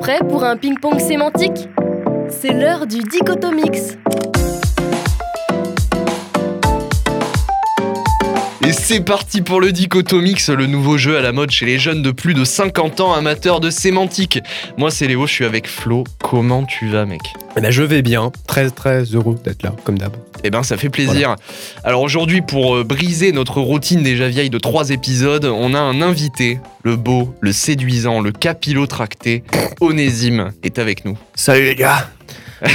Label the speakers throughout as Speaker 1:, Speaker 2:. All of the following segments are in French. Speaker 1: Prêt pour un ping-pong sémantique C'est l'heure du dichotomix.
Speaker 2: Et c'est parti pour le Dichotomix, le nouveau jeu à la mode chez les jeunes de plus de 50 ans amateurs de sémantique. Moi c'est Léo, je suis avec Flo. Comment tu vas mec
Speaker 3: Eh ben, je vais bien, très très heureux d'être là, comme d'hab.
Speaker 2: Eh ben ça fait plaisir. Alors aujourd'hui pour euh, briser notre routine déjà vieille de trois épisodes, on a un invité, le beau, le séduisant, le capillotracté, Onésime est avec nous.
Speaker 4: Salut les gars,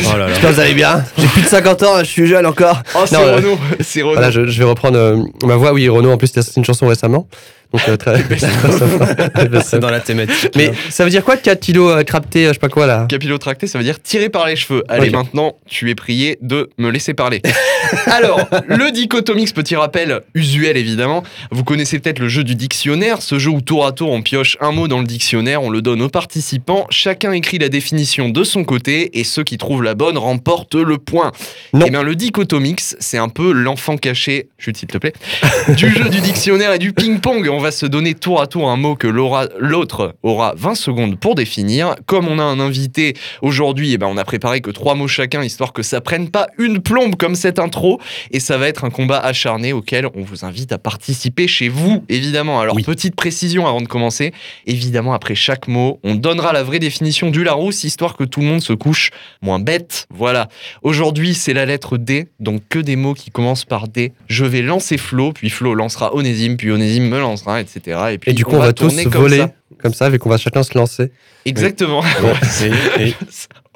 Speaker 3: Oh là là.
Speaker 4: j'espère que vous allez bien. J'ai plus de 50 ans, je suis jeune encore.
Speaker 2: Oh c'est
Speaker 3: Non, euh,
Speaker 2: Renaud, c'est Renaud.
Speaker 3: Voilà, je, je vais reprendre euh, ma voix. Oui, Renaud, en plus, il a sorti une chanson récemment. Donc, euh, très.
Speaker 5: C'est dans la thématique.
Speaker 3: Mais ça veut dire quoi, 4 kilos euh, crapté, euh, je sais pas quoi là
Speaker 2: Capillotracté, ça veut dire tirer par les cheveux. Allez,
Speaker 3: Ok.
Speaker 2: maintenant, tu es prié de me laisser parler. Alors, le dichotomix, petit rappel, usuel évidemment. Vous connaissez peut-être le jeu du dictionnaire, ce jeu où tour à tour on pioche un mot dans le dictionnaire, on le donne aux participants, chacun écrit la définition de son côté et ceux qui trouvent la bonne remportent le point.
Speaker 3: Non.
Speaker 2: Eh bien, le dichotomix, c'est un peu l'enfant caché, chute s'il te plaît, du jeu du dictionnaire et du ping-pong. On va se donner tour à tour un mot que l'aura- l'autre aura 20 secondes pour définir. Comme on a un invité aujourd'hui, eh ben, on a préparé que trois mots chacun, histoire que ça prenne pas une plombe comme cette intro. Et ça va être un combat acharné auquel on vous invite à participer chez vous, évidemment. Alors, petite précision avant de commencer. Évidemment, après chaque mot, on donnera la vraie définition du Larousse, histoire que tout le monde se couche moins bête. Voilà. Aujourd'hui, c'est la lettre D, donc que des mots qui commencent par D. Je vais lancer Flo, puis Flo lancera Onésime, puis Onésime me lancera, etc. Et, puis
Speaker 3: Et du coup, on va, tous
Speaker 2: tourner comme
Speaker 3: voler
Speaker 2: ça.
Speaker 3: comme ça, vu qu'on va chacun se lancer.
Speaker 2: Exactement.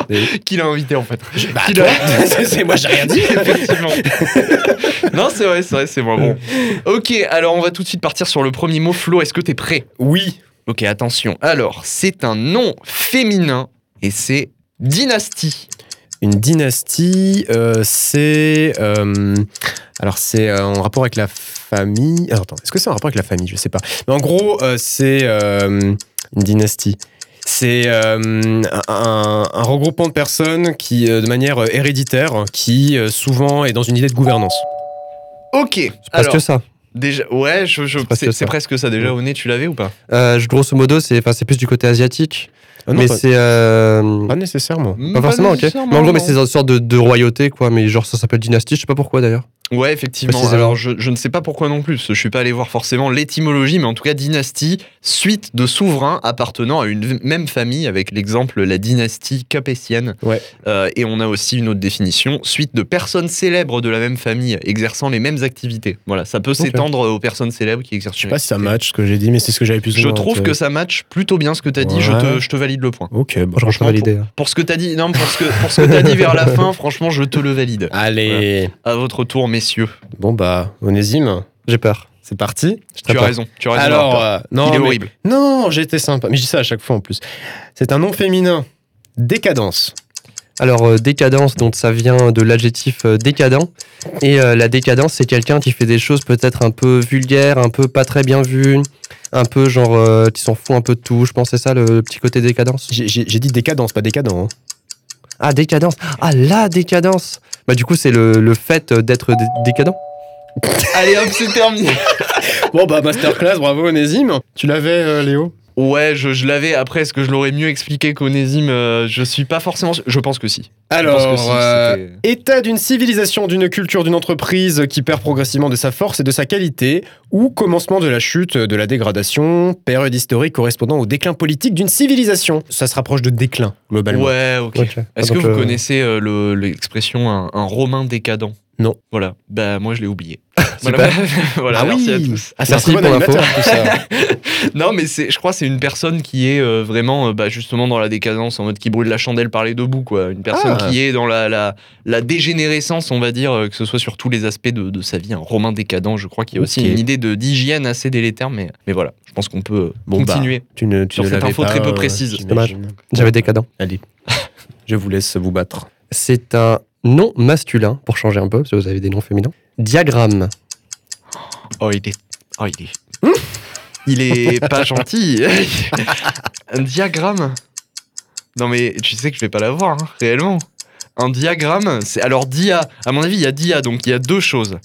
Speaker 5: E. Et- et-
Speaker 2: Qui l'a invité en fait
Speaker 5: bah,
Speaker 2: Qui l'a-
Speaker 5: toi, c'est moi, j'ai rien dit.
Speaker 2: Effectivement. non, c'est vrai, c'est vrai, c'est moi. Bon. Ok, alors on va tout de suite partir sur le premier mot. Flo, est-ce que t'es prêt
Speaker 5: Oui.
Speaker 2: Ok, attention. Alors, c'est un nom féminin et c'est dynastie.
Speaker 5: Une dynastie, euh, c'est. euh, alors, c'est euh, en rapport avec la famille. Alors, attends, est-ce que c'est en rapport avec la famille Je sais pas. Mais en gros, euh, c'est euh, une dynastie. C'est euh, un, un regroupement de personnes qui, euh, de manière euh, héréditaire, qui euh, souvent est dans une idée de gouvernance.
Speaker 2: Ok.
Speaker 3: Parce
Speaker 2: Alors,
Speaker 3: que ça.
Speaker 2: déjà, ouais, je, je-
Speaker 3: presque
Speaker 2: c'est
Speaker 3: ça.
Speaker 2: c'est presque ça. Déjà, au nez, tu l'avais ou pas
Speaker 3: Euh, je- grosso modo, c'est enfin, c'est plus du côté asiatique.
Speaker 5: Ah non,
Speaker 3: mais
Speaker 5: pas,
Speaker 3: c'est. euh,
Speaker 4: Ah
Speaker 5: pas nécessairement.
Speaker 3: Pas forcément, ok.
Speaker 2: nécessairement,
Speaker 3: Mais en gros, mais
Speaker 2: non.
Speaker 3: c'est une sorte de, de royauté, quoi. Mais genre, ça s'appelle dynastie, je sais pas pourquoi d'ailleurs.
Speaker 2: Ouais, effectivement.
Speaker 3: Précisément.
Speaker 2: Alors, je, je ne sais pas pourquoi non plus, parce que je suis pas allé voir forcément l'étymologie, mais en tout cas, dynastie, suite de souverains appartenant à une v- même famille, avec l'exemple la dynastie capétienne.
Speaker 5: Ouais.
Speaker 2: Euh, et on a aussi une autre définition, suite de personnes célèbres de la même famille exerçant les mêmes activités. Voilà, ça peut s'étendre aux personnes célèbres qui exercent.
Speaker 5: Je sais pas si ça match ce que j'ai dit, mais c'est ce que j'avais plus ou
Speaker 2: Je
Speaker 5: moins
Speaker 2: trouve
Speaker 5: en
Speaker 2: que
Speaker 5: tête.
Speaker 2: ça match plutôt bien ce que tu as dit, je
Speaker 5: Ouais.
Speaker 2: te, je te valide le point.
Speaker 5: Ok, bon.
Speaker 3: Franchement,
Speaker 2: Franchement,
Speaker 3: validé. hein.
Speaker 2: Pour ce que t'as dit, non, pour ce que, pour ce que t'as dit vers la fin, franchement, je te le valide.
Speaker 5: Allez.
Speaker 2: À votre tour, messieurs.
Speaker 5: Bon bah, Onésime,
Speaker 3: hein. J'ai peur.
Speaker 5: c'est parti. Je
Speaker 2: Tu as
Speaker 5: t'apprends.
Speaker 2: raison. Tu as raison.
Speaker 5: Alors,
Speaker 2: Harper.
Speaker 5: euh, non,
Speaker 2: il est
Speaker 5: mais-
Speaker 2: horrible.
Speaker 5: non, j'étais sympa. Mais je dis ça à chaque fois en plus. C'est un nom féminin. Décadence.
Speaker 3: Alors, euh, décadence, donc ça vient de l'adjectif euh, décadent. Et euh, la décadence, c'est quelqu'un qui fait des choses peut-être un peu vulgaires, un peu pas très bien vues, un peu genre euh, qui s'en fout un peu de tout. Je pense que c'est ça le petit côté décadence.
Speaker 5: J'ai- J'ai j'ai dit décadence, pas décadent. hein.
Speaker 3: Ah, décadence Ah, la décadence Bah, du coup, c'est le, le fait euh, d'être dé- décadent
Speaker 2: Allez hop, c'est terminé.
Speaker 5: Bon bah, masterclass, bravo Onésime. Tu l'avais, euh, Léo
Speaker 2: Ouais, je, je l'avais. Après, est-ce que je l'aurais mieux expliqué qu'Onésime euh, Je suis pas forcément. sûr. Je pense que si. Je pense
Speaker 5: Alors,
Speaker 2: que si,
Speaker 5: euh,
Speaker 2: c'était-
Speaker 5: état d'une civilisation, d'une culture, d'une entreprise qui perd progressivement de sa force et de sa qualité, ou commencement de la chute, de la dégradation, période historique correspondant au déclin politique d'une civilisation. Ça se rapproche de déclin, globalement.
Speaker 2: Ouais, ok.
Speaker 3: Ok. Ah,
Speaker 2: Est-ce que
Speaker 3: donc,
Speaker 2: vous
Speaker 3: euh,
Speaker 2: connaissez euh, le- l'expression un, un Romain décadent
Speaker 5: Non.
Speaker 2: Voilà. Bah moi je l'ai oublié.
Speaker 3: Super.
Speaker 2: voilà.
Speaker 5: Ah
Speaker 2: merci
Speaker 5: oui.
Speaker 2: à tous.
Speaker 5: Ah, c'est un
Speaker 3: Merci
Speaker 5: très bon
Speaker 3: pour
Speaker 5: animateur, tout ça.
Speaker 2: Non, mais c'est, je crois, que c'est une personne qui est euh, vraiment, euh, bah, justement, dans la décadence, en mode qui brûle la chandelle par les deux bouts, quoi. Une personne
Speaker 5: Ah.
Speaker 2: qui est dans la, la, la dégénérescence, on va dire, euh, que ce soit sur tous les aspects de, de sa vie. Un romain décadent, je crois qu'il y a aussi
Speaker 5: Ok.
Speaker 2: une idée de, d'hygiène assez délétère, mais, mais voilà, je pense qu'on peut euh,
Speaker 5: Bon, bah,
Speaker 2: continuer.
Speaker 5: Tu ne, tu
Speaker 2: Sur
Speaker 5: ne
Speaker 2: cette
Speaker 5: l'avais
Speaker 2: info
Speaker 5: pas,
Speaker 2: très peu
Speaker 5: euh,
Speaker 2: précise.
Speaker 5: j'imagine.
Speaker 3: Dommage. J'avais décadent.
Speaker 5: Allez, je vous laisse vous battre.
Speaker 3: C'est un nom masculin, pour changer un peu, parce que vous avez des noms féminins. Diagramme.
Speaker 2: Oh, il est. Oh, il est. il est pas gentil. Un diagramme. Non, mais tu sais que je vais pas l'avoir, hein, réellement. Un diagramme, c'est. Alors, dia. À mon avis, il y a dia, donc il y a deux choses.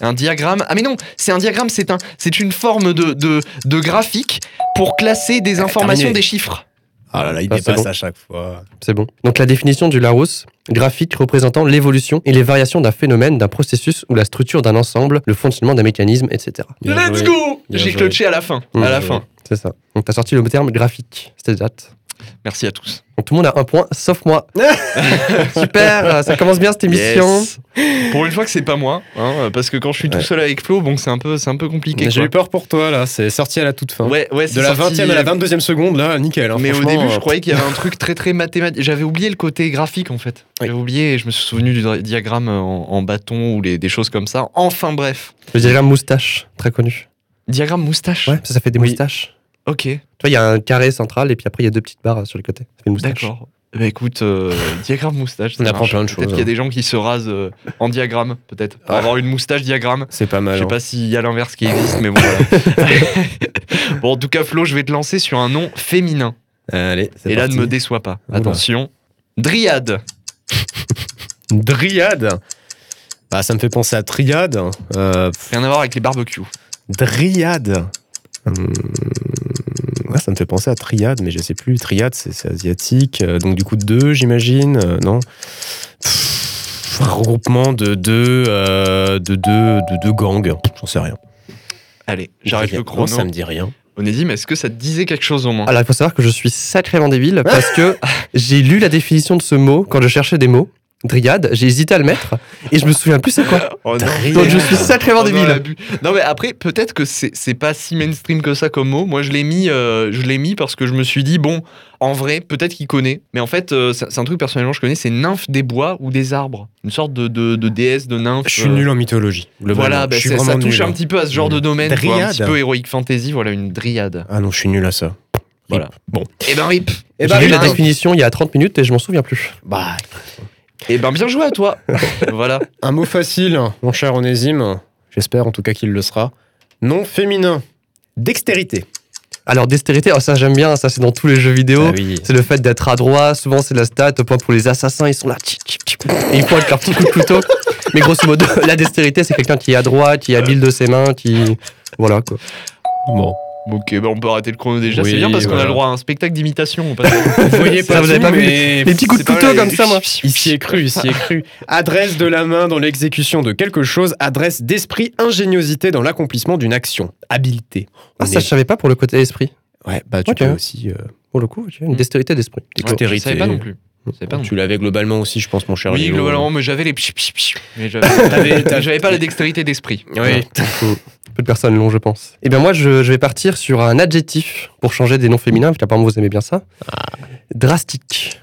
Speaker 2: Un diagramme. Ah, mais non, c'est un diagramme, c'est un, c'est une forme de, de, de graphique pour classer des informations,
Speaker 5: Ah, terminé.
Speaker 2: des chiffres.
Speaker 5: Ah là là, il
Speaker 3: Ah, c'est
Speaker 5: dépasse
Speaker 3: bon.
Speaker 5: à chaque fois.
Speaker 3: C'est bon. Donc la définition du Larousse, graphique représentant l'évolution et les variations d'un phénomène, d'un processus ou la structure d'un ensemble, le fonctionnement d'un mécanisme, etc.
Speaker 5: Bien
Speaker 2: Let's
Speaker 5: joué.
Speaker 2: go
Speaker 5: Bien
Speaker 2: J'ai
Speaker 5: joué.
Speaker 2: clutché à la fin.
Speaker 3: Mmh.
Speaker 2: à la
Speaker 5: Bien
Speaker 2: fin.
Speaker 3: C'est ça. Donc t'as sorti le terme graphique, c'était date.
Speaker 2: Merci à tous.
Speaker 3: Donc tout le monde a un point, sauf moi. Super, ça commence bien cette émission.
Speaker 2: Yes. Pour une fois que c'est pas moi, hein, parce que quand je suis tout seul avec Flo, bon, c'est un peu, c'est un peu compliqué.
Speaker 5: J'ai
Speaker 2: quoi.
Speaker 5: eu peur pour toi là, c'est sorti à la toute fin.
Speaker 2: Ouais, ouais, c'est
Speaker 5: Hein. de la
Speaker 2: sorti- euh,
Speaker 5: 20e à la 22e seconde là, nickel. hein,
Speaker 2: Mais au
Speaker 5: franchement,
Speaker 2: début, je
Speaker 5: euh,
Speaker 2: croyais qu'il y avait un truc très très mathématique. J'avais oublié le côté graphique en fait. J'avais oublié et je me suis souvenu du dra- diagramme euh, en, en bâton ou les- des choses comme ça. Enfin bref.
Speaker 3: Le diagramme moustache, très connu.
Speaker 2: Diagramme moustache
Speaker 3: Ouais, ça, ça fait des
Speaker 2: Oui.
Speaker 3: moustaches.
Speaker 2: Ok,
Speaker 3: Tu vois, il y a un carré central et puis après il y a deux petites barres euh, sur les côtés. Ça fait une moustache.
Speaker 2: d'accord. Bah écoute, euh, diagramme moustache. ça
Speaker 5: On apprend
Speaker 2: marche.
Speaker 5: plein de
Speaker 2: Peut-être
Speaker 5: choses,
Speaker 2: qu'il y a
Speaker 5: hein.
Speaker 2: des gens qui se rasent euh, en diagramme, peut-être. Pour
Speaker 5: Ah.
Speaker 2: avoir une moustache diagramme.
Speaker 5: C'est pas
Speaker 2: Je
Speaker 5: mal.
Speaker 2: sais
Speaker 5: hein.
Speaker 2: pas s'il y a l'inverse qui existe, mais bon. voilà. bon, en tout cas, Flo, je vais te lancer sur un nom féminin.
Speaker 5: Allez, c'est
Speaker 2: Et là,
Speaker 5: parti.
Speaker 2: ne me déçois pas.
Speaker 5: Oula.
Speaker 2: Attention. Dryade.
Speaker 5: Dryade. Bah, ça me fait penser à triade. Euh, pff,
Speaker 2: Rien à voir avec les barbecues.
Speaker 5: dryade. Hum, ouais, ça me fait penser à triade, mais je sais plus. Triade, c'est c'est asiatique. euh, donc, du coup, deux, j'imagine. euh, non Pff, Un regroupement de deux, euh, de deux, de deux gangs. J'en sais rien.
Speaker 2: Allez, j'arrête le chrono.
Speaker 5: Moi, ça me dit rien.
Speaker 2: Onésime, est-ce que ça te disait quelque chose au moins
Speaker 3: Alors, il faut savoir que je suis sacrément débile parce que j'ai lu la définition de ce mot quand je cherchais des mots. Dryade, j'ai hésité à le mettre et je me souviens plus c'est quoi.
Speaker 2: Oh non.
Speaker 3: Donc je suis sacrément
Speaker 2: Oh non,
Speaker 3: débile.
Speaker 2: l'abus. non mais après peut-être que c'est c'est pas si mainstream que ça comme mot. Moi je l'ai mis euh, je l'ai mis parce que je me suis dit bon en vrai peut-être qu'il connaît mais en fait euh, c'est c'est un truc personnellement que je connais c'est nymphe des bois ou des arbres une sorte de, de, de déesse de nymphe.
Speaker 5: Je suis
Speaker 2: euh,
Speaker 5: nul en mythologie. globalement.
Speaker 2: Voilà bah,
Speaker 5: je suis
Speaker 2: c'est- ça
Speaker 5: vraiment
Speaker 2: touche
Speaker 5: nul,
Speaker 2: un
Speaker 5: hein.
Speaker 2: petit peu à ce genre de
Speaker 5: Nul.
Speaker 2: domaine quoi, un
Speaker 5: Dryade.
Speaker 2: petit peu héroïque fantasy voilà une dryade.
Speaker 5: Ah non, je suis nul à ça.
Speaker 2: Voilà. Bon
Speaker 5: Eh
Speaker 2: et ben rip.
Speaker 5: Et
Speaker 3: j'ai lu la définition il y a 30 minutes et je m'en souviens plus.
Speaker 5: Bah,
Speaker 2: Et ben bien joué à toi. voilà.
Speaker 5: Un mot facile, mon cher Onésime. J'espère en tout cas qu'il le sera. Nom féminin. Dextérité.
Speaker 3: Alors dextérité, oh, ça j'aime bien, ça c'est dans tous les jeux vidéo.
Speaker 2: Ah
Speaker 5: oui.
Speaker 3: C'est le fait d'être adroit, souvent c'est la stat, point pour les assassins, ils sont là, tchip, tchip, tchip, et ils pointent leur petit coup de couteau. Mais grosso modo, la dextérité, c'est quelqu'un qui est adroit, qui est habile de ses mains, qui. Voilà quoi.
Speaker 5: Bon.
Speaker 2: Ok ben on peut arrêter le chrono déjà
Speaker 5: Oui,
Speaker 2: c'est bien parce qu'on a
Speaker 5: voilà.
Speaker 2: le droit à un spectacle d'imitation. on passe-
Speaker 5: Vous voyez
Speaker 3: Ça,
Speaker 5: pas,
Speaker 3: vous
Speaker 5: tout,
Speaker 3: avez pas vu
Speaker 5: mais
Speaker 3: Les petits coups de
Speaker 5: c'est pas
Speaker 3: couteau
Speaker 5: mal,
Speaker 3: comme ça, moi.
Speaker 5: Il s'y est cru, il s'y est cru. Adresse de la main dans l'exécution de quelque chose, adresse d'esprit, ingéniosité dans l'accomplissement d'une action, habileté.
Speaker 3: Ah,
Speaker 5: On
Speaker 3: ça
Speaker 5: est-
Speaker 3: je savais pas pour le côté esprit.
Speaker 5: Ouais, bah tu
Speaker 3: Ok.
Speaker 5: peux aussi. euh,
Speaker 3: Pour le coup, j'ai une dextérité d'esprit.
Speaker 2: Ouais, je savais pas non plus. Je savais pas non plus.
Speaker 5: tu l'avais globalement aussi, je pense, mon cher.
Speaker 2: Oui,
Speaker 5: Léo.
Speaker 2: globalement, mais j'avais les pchit, pchit, pchit. Mais j'avais
Speaker 5: t'avais-
Speaker 2: j'avais pas la dextérité d'esprit.
Speaker 5: Oui.
Speaker 3: Peu de personnes l'ont, je pense. Eh bien, moi, je, je vais partir sur un adjectif pour changer des noms féminins, parce qu'apparemment, vous aimez bien ça. Drastique.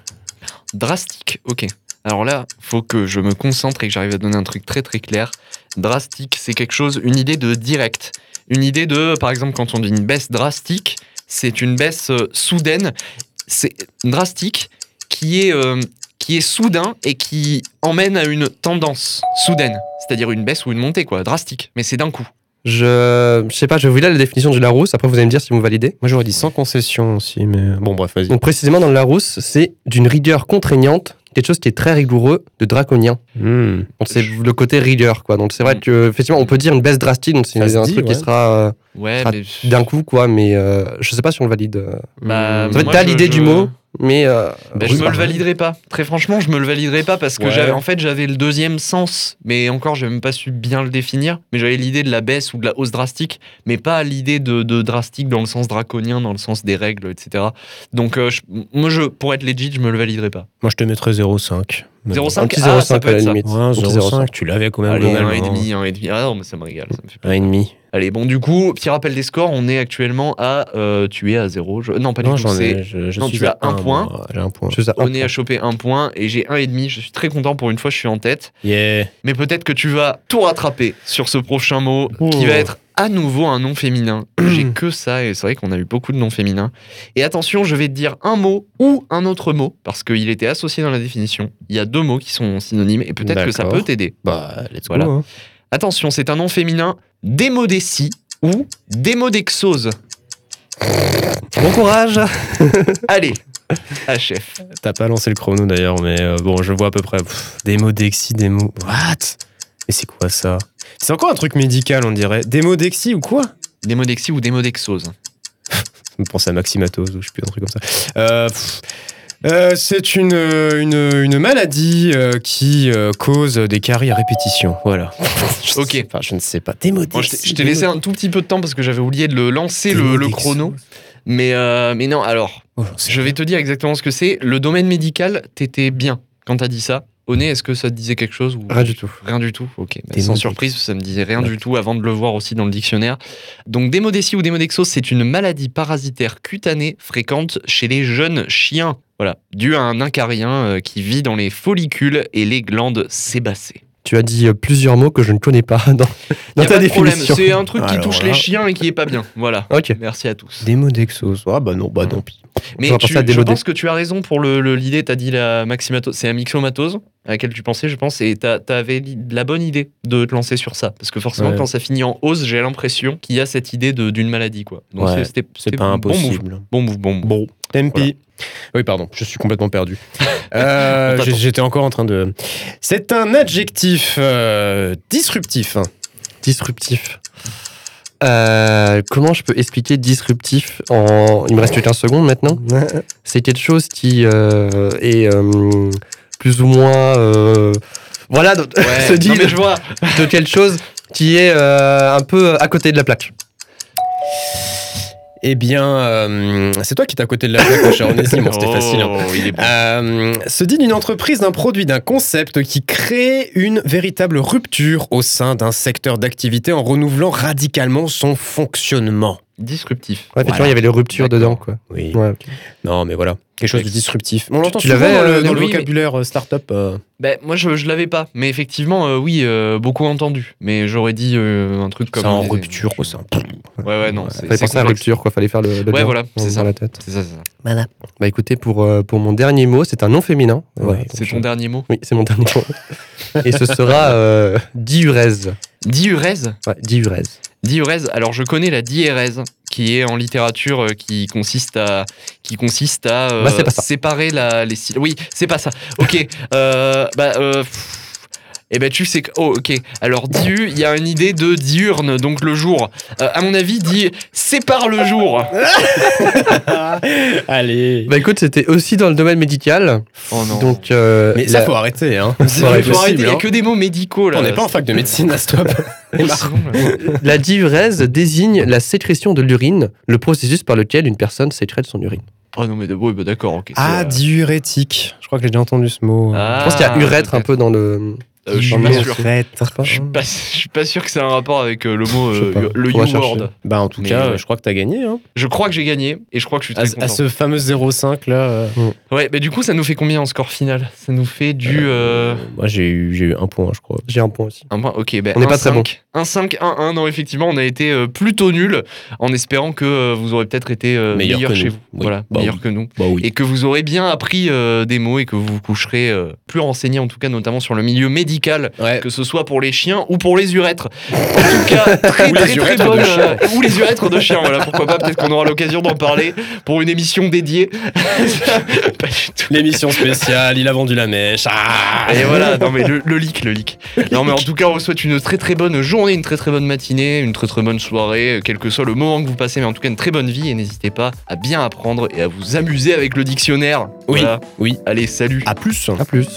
Speaker 2: Drastique, ok. Alors là, faut que je me concentre et que j'arrive à donner un truc très très clair. Drastique, c'est quelque chose, une idée de direct. Une idée de, par exemple, quand on dit une baisse drastique, c'est une baisse euh, soudaine. C'est drastique qui est, euh, qui est soudain et qui emmène à une tendance soudaine. C'est-à-dire une baisse ou une montée, quoi. Drastique, mais c'est d'un coup.
Speaker 3: Je, je sais pas, je vais vous lire la définition du Larousse, après vous allez me dire si vous validez.
Speaker 5: Moi j'aurais dit sans concession aussi, mais bon, bref, vas-y.
Speaker 3: Donc, précisément, dans le Larousse, c'est d'une rigueur contraignante, quelque chose qui est très rigoureux, de draconien.
Speaker 5: Hmm.
Speaker 3: Donc, c'est le côté rigueur, quoi. Donc, c'est vrai
Speaker 2: Mm.
Speaker 3: que, effectivement, on peut dire une baisse drastique, donc c'est
Speaker 5: Ça se
Speaker 3: un
Speaker 5: dit,
Speaker 3: truc
Speaker 5: ouais.
Speaker 3: qui sera euh,
Speaker 2: Ouais,
Speaker 3: Ah,
Speaker 2: mais.
Speaker 3: d'un coup, quoi, mais euh, je sais pas si on le valide. euh,
Speaker 2: Bah,
Speaker 5: Hmm.
Speaker 3: Ça va être
Speaker 2: moi,
Speaker 3: t'as
Speaker 2: je-
Speaker 3: l'idée du
Speaker 2: je-
Speaker 3: mot, mais. euh,
Speaker 2: Bah,
Speaker 3: oui,
Speaker 2: je me
Speaker 3: bah,
Speaker 2: le validerai pas. Très franchement, je me le validerai pas parce que
Speaker 5: Ouais.
Speaker 2: j'avais, en fait, j'avais le deuxième sens, mais encore, j'ai même pas su bien le définir. Mais j'avais l'idée de la baisse ou de la hausse drastique, mais pas l'idée de, de drastique dans le sens draconien, dans le sens des règles, etc. Donc, euh, je- moi, je, pour être legit, je me le validerai pas.
Speaker 5: Moi je te mettrais 0,5. Mais bon.
Speaker 2: 0,5
Speaker 3: Un petit
Speaker 2: ah,
Speaker 3: 0,5
Speaker 2: ça peut
Speaker 3: à la
Speaker 2: être ça.
Speaker 3: limite.
Speaker 5: Ouais,
Speaker 3: Un petit 0,5.
Speaker 5: 0,5, tu l'avais quand même.
Speaker 2: Allez,
Speaker 5: globalement.
Speaker 2: 1,5, 1,5. Ah non, mais ça me régale. ça me fait-
Speaker 5: Un et demi.
Speaker 2: Allez, bon, du coup, petit rappel des scores, on est actuellement à. euh, tu es à 0. Non, pas du
Speaker 5: Non,
Speaker 2: tout.
Speaker 5: j'en
Speaker 2: c'est-
Speaker 5: ai. Je, je
Speaker 2: non,
Speaker 5: suis
Speaker 2: tu
Speaker 5: à
Speaker 2: as un point.
Speaker 5: moi. J'ai un point.
Speaker 3: je sais pas.
Speaker 2: On est à choper un point et j'ai un et demi. Je suis très content pour une fois, je suis en tête.
Speaker 5: Yeah.
Speaker 2: Mais peut-être que tu vas tout rattraper sur ce prochain mot
Speaker 5: Oh.
Speaker 2: qui va être à nouveau un nom féminin. J'ai que ça et c'est vrai qu'on a eu beaucoup de noms féminins. Et attention, je vais te dire un mot ou un autre mot parce qu'il était associé dans la définition. Il y a deux mots qui sont synonymes et peut-être que ça
Speaker 5: D'accord.
Speaker 2: peut t'aider.
Speaker 5: Bah, let's
Speaker 2: Voilà.
Speaker 5: go. hein.
Speaker 2: Attention, c'est un nom féminin démodécie ou démodexose.
Speaker 3: Bon courage
Speaker 2: Allez, à chef.
Speaker 5: T'as pas lancé le chrono d'ailleurs, mais euh, bon, je vois à peu près. Pff, des mots d'exi, des mots. What Mais c'est quoi ça C'est encore un truc médical, on dirait. Des mots d'exi ou quoi
Speaker 2: Démodexie ou démodexose.
Speaker 5: me pense à Maximatos ou je sais plus, un truc comme ça. Euh, pff, euh, c'est une, euh, une, une maladie euh, qui euh, cause des caries à répétition. Voilà. Je
Speaker 2: Ok.
Speaker 5: sais pas, je ne sais pas. Démodix.
Speaker 2: Bon, je t'ai- je t'ai laissé un tout petit peu de temps parce que j'avais oublié de le lancer le, le
Speaker 5: Démodix.
Speaker 2: chrono. Mais, euh, mais non, alors,
Speaker 5: Oh, j'en sais
Speaker 2: je vais te dire exactement ce que c'est. Le domaine médical, t'étais bien quand t'as dit ça. Au nez, est-ce que ça te disait quelque chose ou...
Speaker 3: Rien du tout.
Speaker 2: Rien du tout, ok. Bah,
Speaker 5: Démodix.
Speaker 2: sans surprise, ça me disait rien du tout avant de le voir aussi dans le dictionnaire. Donc, démodécie ou démodexos, c'est une maladie parasitaire cutanée fréquente chez les jeunes chiens. Voilà, due à un incarien euh, qui vit dans les follicules et les glandes sébacées.
Speaker 3: Tu as dit euh, plusieurs mots que je ne connais pas dans, dans
Speaker 2: Y a
Speaker 3: ta
Speaker 2: pas de problème,
Speaker 3: définition.
Speaker 2: c'est un truc qui
Speaker 5: Alors
Speaker 2: touche
Speaker 5: là.
Speaker 2: les chiens et qui est pas bien. Voilà.
Speaker 3: Ok.
Speaker 2: Merci à tous.
Speaker 5: Démodexos. Ah bah non, bah tant pis.
Speaker 2: Mais
Speaker 3: J'entends
Speaker 2: tu-
Speaker 3: ça
Speaker 2: je
Speaker 3: démodé.
Speaker 2: pense que tu as raison pour l'idée. Le, l'idée t'as dit la maximato, c'est la mixomatose à laquelle tu pensais, je pense, et t'as- t'avais li- la bonne idée de te lancer sur ça, parce que forcément,
Speaker 5: Ouais.
Speaker 2: quand ça finit en hausse, j'ai l'impression qu'il y a cette idée de- d'une maladie, quoi. Donc
Speaker 5: Ouais,
Speaker 2: c'est- c'était-
Speaker 5: C'est
Speaker 2: c'était
Speaker 5: pas
Speaker 2: un Bon move,
Speaker 5: impossible.
Speaker 2: bon move, bon move.
Speaker 5: Bon, tant
Speaker 2: Voilà.
Speaker 5: pis. Oui, pardon, je suis complètement perdu. Euh,
Speaker 2: On t'attend.
Speaker 5: j'ai- J'étais encore en train de. C'est un adjectif euh, disruptif.
Speaker 3: Disruptif. Euh, comment je peux expliquer disruptif en... Il me reste qu'un seconde maintenant. C'est quelque chose qui euh, est euh, plus ou moins... euh, Voilà, de,
Speaker 2: Ouais,
Speaker 3: se dit
Speaker 2: non, mais je vois.
Speaker 3: de quelque chose qui est euh, un peu à côté de la plaque.
Speaker 5: Eh bien, euh, c'est toi qui t'es à côté de la plaque, mon cher Onésime. Bon, C'était facile. hein.
Speaker 2: Oh, il est bon.
Speaker 5: Euh, se dit d'une entreprise, d'un produit, d'un concept qui crée une véritable rupture au sein d'un secteur d'activité en renouvelant radicalement son fonctionnement.
Speaker 2: Disruptif.
Speaker 3: Ouais, effectivement,
Speaker 5: Voilà.
Speaker 3: il y avait les ruptures
Speaker 2: D'accord.
Speaker 3: dedans. Quoi.
Speaker 5: Oui.
Speaker 3: Ouais, ok.
Speaker 5: Non, mais voilà. Quelque chose de disruptif. On l'entend
Speaker 3: tu
Speaker 5: souvent
Speaker 3: l'avais,
Speaker 5: dans
Speaker 3: euh,
Speaker 5: le, dans le
Speaker 2: Nolwenn, mais-
Speaker 5: vocabulaire euh, start-up. euh,
Speaker 2: Ben, moi, je, je l'avais pas, mais effectivement, euh, oui, euh, beaucoup entendu. Mais j'aurais dit euh, un truc comme.
Speaker 5: ça en
Speaker 2: les-
Speaker 5: rupture, quoi, ça.
Speaker 2: Ouais, ouais, non. c'est-
Speaker 3: Fallait
Speaker 2: c'est
Speaker 3: penser à la
Speaker 2: complexe.
Speaker 3: rupture, quoi. Fallait faire le, le
Speaker 2: Ouais,
Speaker 3: lien
Speaker 2: voilà,
Speaker 3: dans-
Speaker 2: c'est ça.
Speaker 3: dans la tête.
Speaker 2: C'est ça, c'est ça.
Speaker 3: Bah écoutez, pour, euh, pour mon dernier mot, c'est un nom féminin. Voilà,
Speaker 2: C'est
Speaker 3: donc,
Speaker 2: ton
Speaker 3: euh,
Speaker 2: dernier mot.
Speaker 3: Oui, c'est mon dernier mot. Et ce sera euh, diurèse.
Speaker 2: Diurèse
Speaker 3: Ouais, diurèse.
Speaker 2: Diurèse, alors je connais la diérèse, qui est en littérature euh, qui consiste à, qui consiste à euh,
Speaker 3: Bah, c'est pas ça.
Speaker 2: séparer la, les syllabes. Oui, c'est pas ça. Ok. euh, bah, euh, pff, eh ben tu sais que. Oh, ok. Alors, diu, il y a une idée de diurne, donc le jour. Euh, à mon avis, dit sépare le jour.
Speaker 5: Allez.
Speaker 3: Bah écoute, c'était aussi dans le domaine médical.
Speaker 2: Oh non.
Speaker 3: Donc, euh,
Speaker 5: Mais ça,
Speaker 3: la-
Speaker 5: faut arrêter, hein.
Speaker 2: il faut arrêter, il y a que des mots médicaux là.
Speaker 5: On n'est pas en fac de médecine à stop.
Speaker 2: C'est marrant, là.
Speaker 3: la diurèse désigne la sécrétion de l'urine, le processus par lequel une personne sécrète son urine.
Speaker 2: Oh non, mais de- oui, bah, d'accord, ok. c'est, euh,
Speaker 5: Ah, diurétique. Je crois que j'ai déjà entendu ce mot. euh,
Speaker 2: Ah.
Speaker 3: Je pense qu'il y a urètre un
Speaker 2: peut-être.
Speaker 3: peu dans le.
Speaker 2: euh, je suis
Speaker 3: dans
Speaker 2: pas
Speaker 3: le-
Speaker 2: sûr. Je suis pas, je suis pas sûr que c'est un rapport avec euh, le mot
Speaker 3: Je sais
Speaker 2: euh,
Speaker 3: pas.
Speaker 2: le
Speaker 3: Faudra
Speaker 2: U-word.
Speaker 3: chercher.
Speaker 5: Bah, en tout
Speaker 2: Mais
Speaker 5: cas,
Speaker 2: ouais.
Speaker 5: je crois que t'as gagné. Hein.
Speaker 2: Je crois que j'ai gagné et je crois que je suis
Speaker 5: À,
Speaker 2: très
Speaker 5: à
Speaker 2: content.
Speaker 5: ce fameux 0,5 là. euh,
Speaker 2: Ouais, mais du coup, ça nous fait combien en score final Ça nous fait du. euh,
Speaker 5: Moi, j'ai eu, j'ai eu un point, je crois.
Speaker 3: J'ai un point aussi.
Speaker 2: Un point, ok, ben
Speaker 3: On n'est pas très bon.
Speaker 2: 1-5-1-1, non, effectivement, on a été euh, plutôt nul en espérant que euh, vous aurez peut-être été euh, meilleur,
Speaker 5: Meilleur que
Speaker 2: chez
Speaker 5: nous.
Speaker 2: vous.
Speaker 5: Oui.
Speaker 2: Voilà,
Speaker 5: Bah
Speaker 2: meilleur
Speaker 5: oui.
Speaker 2: que nous.
Speaker 5: Bah oui.
Speaker 2: Et que vous aurez bien appris euh, des mots et que vous vous coucherez euh, plus renseigné, en tout cas, notamment sur le milieu médical,
Speaker 5: Ouais.
Speaker 2: que ce soit pour les chiens ou pour les urètres. En tout cas, très,
Speaker 5: Ou les
Speaker 2: très, très
Speaker 5: urètres de
Speaker 2: bonne,
Speaker 5: chiens.
Speaker 2: euh, ou les urètres de chiens, voilà, pourquoi pas, peut-être qu'on aura l'occasion d'en parler pour une émission dédiée. Pas du tout.
Speaker 5: L'émission spéciale, il a vendu la mèche. Ah
Speaker 2: Et voilà, non mais le, le leak, le leak. Non mais en tout cas, on vous souhaite une très très bonne journée, une très très bonne matinée, une très très bonne soirée, euh, quel que soit le moment que vous passez, mais en tout cas une très bonne vie et n'hésitez pas à bien apprendre et à vous amuser avec le dictionnaire.
Speaker 5: Oui,
Speaker 2: Voilà.
Speaker 5: oui.
Speaker 2: Allez, salut.
Speaker 5: À plus.
Speaker 3: À plus.